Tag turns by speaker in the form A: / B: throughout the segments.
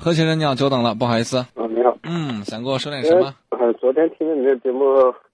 A: 何先生你好，久等了，不好意思。
B: 啊，你好。
A: 嗯，想给我说点什么？
B: 呃，昨天听了你的节目，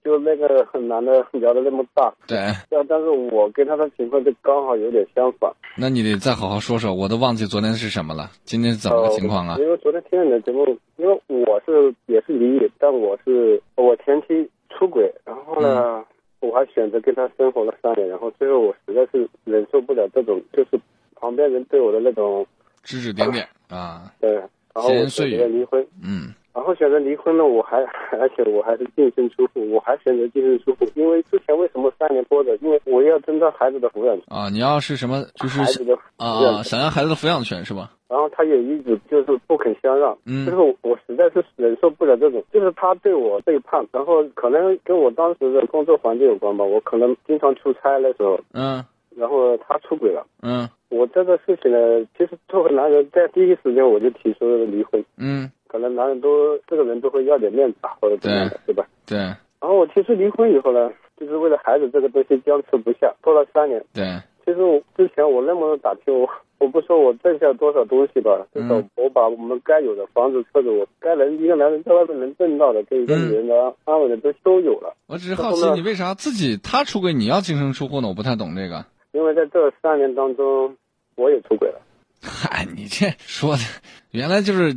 B: 就那个男的聊的那么大，
A: 对，
B: 但但是我跟他的情况就刚好有点相反。
A: 那你得再好好说说，我都忘记昨天是什么了，今天是怎么个情况啊
B: 呃？因为昨天听了你的节目，因为我是也是离异，但我是我前妻出轨，然后
A: 嗯
B: 呢，我还选择跟他生活了三年，然后最后我实在是忍受不了这种，就是旁边人对我的那种，
A: 指指点点啊，
B: 对，然后
A: 闲
B: 我
A: 言碎语
B: 选择离婚。
A: 嗯
B: 然后选择离婚了，我还 而且我还是净身出户，我还选择净身出户，因为之前为什么三年多的？因为我要争到孩子的抚养权，
A: 啊，你要是什么就是
B: 孩子的
A: 啊
B: 抚养
A: 啊，
B: 权。
A: 想要孩子的抚养权是吧？
B: 然后他也一直就是不肯相让，
A: 嗯
B: 就是我我实在是忍受不了这种，就是他对我背叛，然后可能跟我当时的工作环境有关吧，我可能经常出差那时候，
A: 嗯
B: 然后他出轨了。
A: 嗯
B: 我这个事情呢，其实作为男人，在第一时间我就提出了离婚，
A: 嗯，
B: 可能男人都这个人都会要点面子啊，或者怎么样的，对吧？
A: 对
B: 然后我其实离婚以后呢，就是为了孩子这个东西僵持不下，拖了三年。
A: 对，
B: 其实我之前我那么多打拼，我我不说我挣下多少东西吧，至少
A: 嗯
B: 我把我们该有的房子、车子，我该能一个男人在外面能挣到的，跟一个
A: 嗯
B: 女人的安稳的都都有了。
A: 我只是好奇
B: 然后呢
A: 你为啥自己他出轨你要净身出户呢？我不太懂这个。
B: 因为在这三年当中，我也出轨了。
A: 嗨，你这说的，原来就是，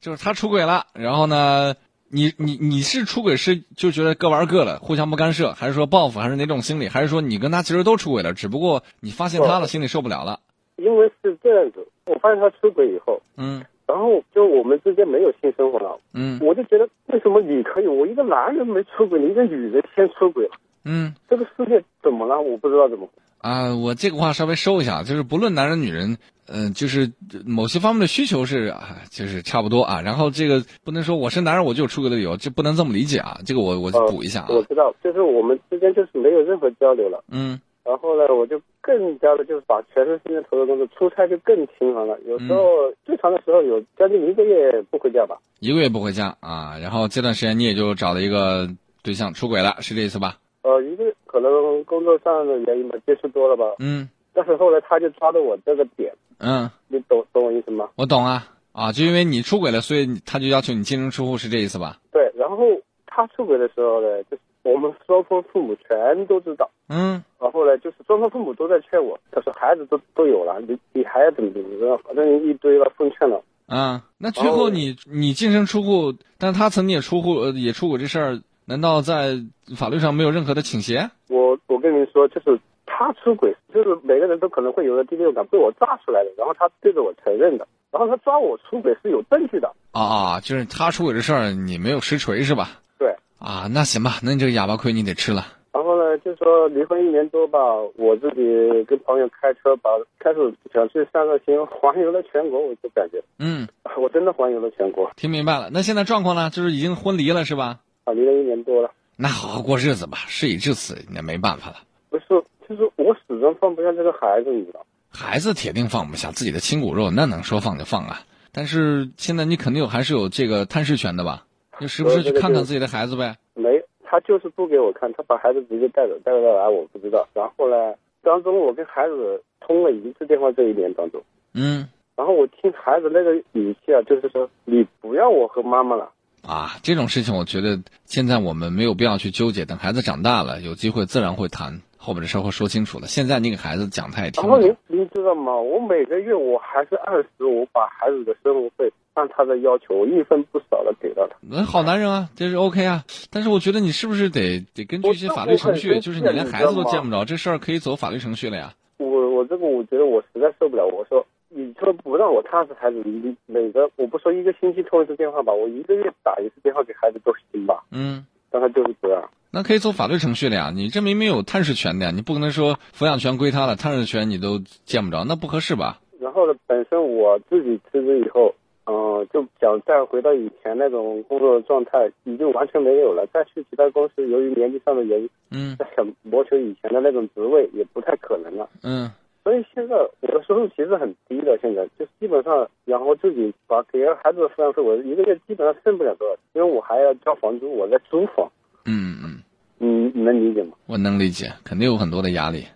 A: 就是他出轨了，然后呢，你你你是出轨是就觉得各玩各的，互相不干涉，还是说报复，还是哪种心理，还是说你跟他其实都出轨了，只不过你发现他了，心里受不了了？
B: 因为是这样子，我发现他出轨以后，
A: 嗯
B: 然后就我们之间没有性生活了，
A: 嗯
B: 我就觉得为什么你可以，我一个男人没出轨，你一个女人先出轨了，
A: 嗯
B: 这个世界怎么了？我不知道怎么。
A: 啊，我这个话稍微收一下，就是不论男人女人。嗯、就是某些方面的需求是啊，就是差不多啊。然后这个不能说我是男人我就有出轨的理由，这不能这么理解啊。这个我我
B: 呃
A: 补一下啊。
B: 我知道，就是我们之间就是没有任何交流了。
A: 嗯
B: 然后呢，我就更加的就是把全身心的投入工作，出差就更频繁了。有时候、最长的时候有将近一个月不回家吧。
A: 一个月不回家啊，然后这段时间你也就找了一个对象出轨了，是这意思吧？
B: 呃，一个可能工作上的原因吧，接触多了吧。
A: 嗯
B: 但是后来他就抓到我这个点，
A: 嗯，
B: 你懂懂我意思吗？
A: 我懂啊啊，就因为你出轨了，所以你他就要求你净身出户，是这意思吧？
B: 对，然后他出轨的时候呢，就是我们双方父母全都知道。
A: 嗯
B: 然后呢，就是双方父母都在劝我，他说孩子都都有了，你你还要怎么怎么着，反正一堆了奉劝了。
A: 啊，那最后你你净身出户，但他曾经也出户呃也出轨这事儿，难道在法律上没有任何的倾斜？
B: 我我跟您说，就是他出轨，就是每个人都可能会有的第六感被我炸出来的，然后他对着我承认的，然后他抓我出轨是有证据的，
A: 啊啊，就是他出轨这事儿你没有实锤是吧？
B: 对。
A: 啊，那行吧，那你这个哑巴亏你得吃了。
B: 然后呢，就说离婚一年多吧，我自己跟朋友开车把开始想去散散心，环游了全国，我就感觉
A: 嗯，
B: 我真的环游了全国
A: 听明白了。那现在状况呢？就是已经婚离了是吧？
B: 啊，离了一年多了，
A: 那好好过日子吧，事已至此，那没办法了。
B: 不是，就是我始终放不下这个孩子，你知道吗。
A: 孩子铁定放不下自己的亲骨肉，那能说放就放啊？但是现在你肯定有还是有这个探视权的吧？就时不时去看看自己的孩子呗。
B: 没，他就是不给我看，他把孩子直接带走，带到哪儿我不知道。然后呢，当中我跟孩子通了一次电话，这一年当中，
A: 嗯，
B: 然后我听孩子那个语气啊，就是说你不要我和妈妈了。
A: 啊，这种事情我觉得现在我们没有必要去纠结，等孩子长大了，有机会自然会谈，后面的事儿会说清楚了。现在你给孩子讲，他也听
B: 然
A: 不
B: 后
A: 懂
B: 您。您知道吗？我每个月我还是按时，我把孩子的生活费按他的要求一分不少的给到他。
A: 那好男人啊，这是 OK 啊。但是我觉得你是不是得得根据一些法律程序，
B: 我
A: 就
B: 就是是
A: 你连孩子都
B: 你知道吗
A: 见不着，这事儿可以走法律程序了呀。
B: 我我这个我觉得我实在受不了，我说你说不让我踏实孩子，你每个我不说一个星期通一次电话吧，我一个月打一次电话给孩子都行吧，
A: 嗯。
B: 但他就是不让。
A: 那可以走法律程序了呀，你这明明有探视权的呀，你不可能说抚养权归他了，探视权你都见不着，那不合适吧？
B: 然后呢，本身我自己辞职以后，嗯、就想再回到以前那种工作状态，已经完全没有了。再去其他公司，由于年纪上的原因，
A: 嗯
B: 再想谋求以前的那种职位，也不太可能了。
A: 嗯
B: 所以现在我的收入其实很低的，现在就基本上养活自己，把给孩子的抚养费，我一个月基本上剩不了多少，因为我还要交房租，我在租房，
A: 嗯嗯，
B: 你你能理解吗？
A: 我能理解，肯定有很多的压力。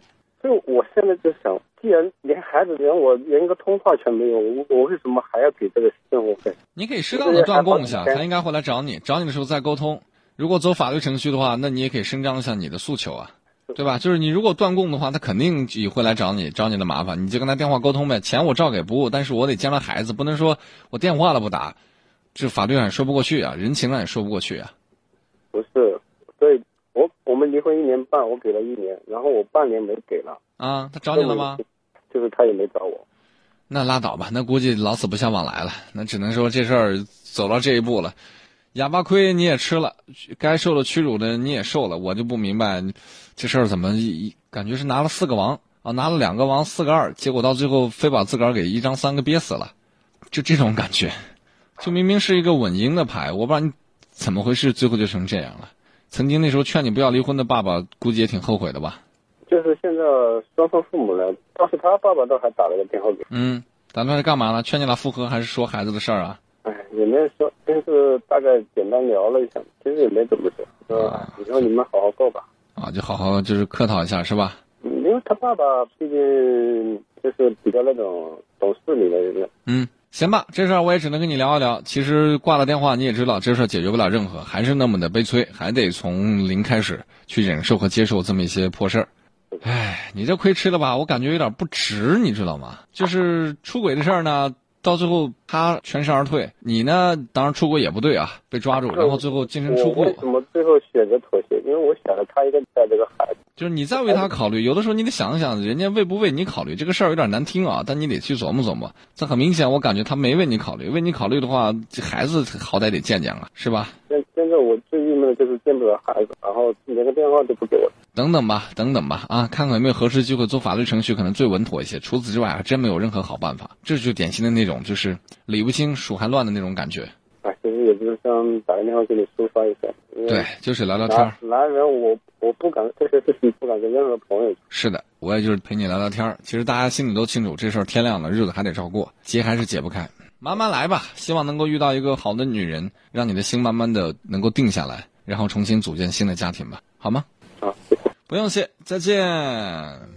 B: 所以我现在就想，既然连孩子连我连个通话权没有，我我为什么还要给这个生活费？
A: 你可以适当的断供一下，
B: 对
A: 他应该会来找你，找你的时候再沟通。如果走法律程序的话，那你也可以声张一下你的诉求啊，对吧？就是你如果断供的话，他肯定也会来找你，找你的麻烦。你就跟他电话沟通呗，钱我照给不误，但是我得将来孩子，不能说我电话了不打，这法律上也说不过去啊，人情上也说不过去啊。
B: 不是，所以我我们离婚一年半，我给了一年，然后我半年没给了，
A: 啊，他找你了吗？？
B: 就是他也没找我。
A: 那拉倒吧，那估计老死不相往来了。那只能说这事儿走到这一步了，哑巴亏你也吃了，该受的屈辱的你也受了。我就不明白，这事儿怎么一一感觉是拿了四个王啊，拿了两个王，四个二，结果到最后非把自个儿给一张三个憋死了，就这种感觉，就明明是一个稳赢的牌，我不知道你怎么回事，最后就成这样了。曾经那时候劝你不要离婚的爸爸，估计也挺后悔的吧？
B: 就是现在双方父母呢，倒是他爸爸倒还打了个电话给，
A: 嗯，打算是干嘛呢？劝你俩复合，还是说孩子的事儿啊？
B: 哎，也没有说，就是大概简单聊了一下，其实也没怎么说，说
A: 啊
B: 以后你们好好过吧。
A: 啊，就好好就是客套一下是吧？
B: 嗯因为他爸爸毕竟就是比较那种懂事理的人，
A: 嗯，行吧，这事儿我也只能跟你聊一聊。其实挂了电话你也知道，这事儿解决不了任何，还是那么的悲催，还得从零开始去忍受和接受这么一些破事儿。唉，你这亏吃了吧？我感觉有点不值，你知道吗？就是出轨这事儿呢，到最后他全身而退，你呢，当然出轨也不对啊，被抓住，然后最后净身出
B: 我
A: 户
B: 为。什么最后选择妥协？因为我想着他一个人带这个孩子，
A: 就是你再为他考虑，有的时候你得想想，人家为不为你考虑，这个事儿有点难听啊，但你得去琢磨琢磨。这很明显，我感觉他没为你考虑，为你考虑的话，这孩子好歹得见见了，是吧？
B: 现现在我最郁闷的就是见不了孩子，然后连个电话都不给我。
A: 等等吧，等等吧，啊，看看有没有合适机会走法律程序，可能最稳妥一些。除此之外，还真没有任何好办法。这就典型的那种，就是理不清鼠还乱的那种感觉。
B: 啊，其实也就是想打个电话给你抒发一下，因为
A: 对，就是聊聊天儿
B: 男。男人我我不敢这些事情不敢跟任何朋友
A: 是的，我也就是陪你聊聊天儿。其实大家心里都清楚，这事儿天亮了，日子还得照过，结还是解不开。慢慢来吧，希望能够遇到一个好的女人，让你的心慢慢的能够定下来，然后重新组建新的家庭吧，好吗？
B: 啊。
A: 不用谢，再见。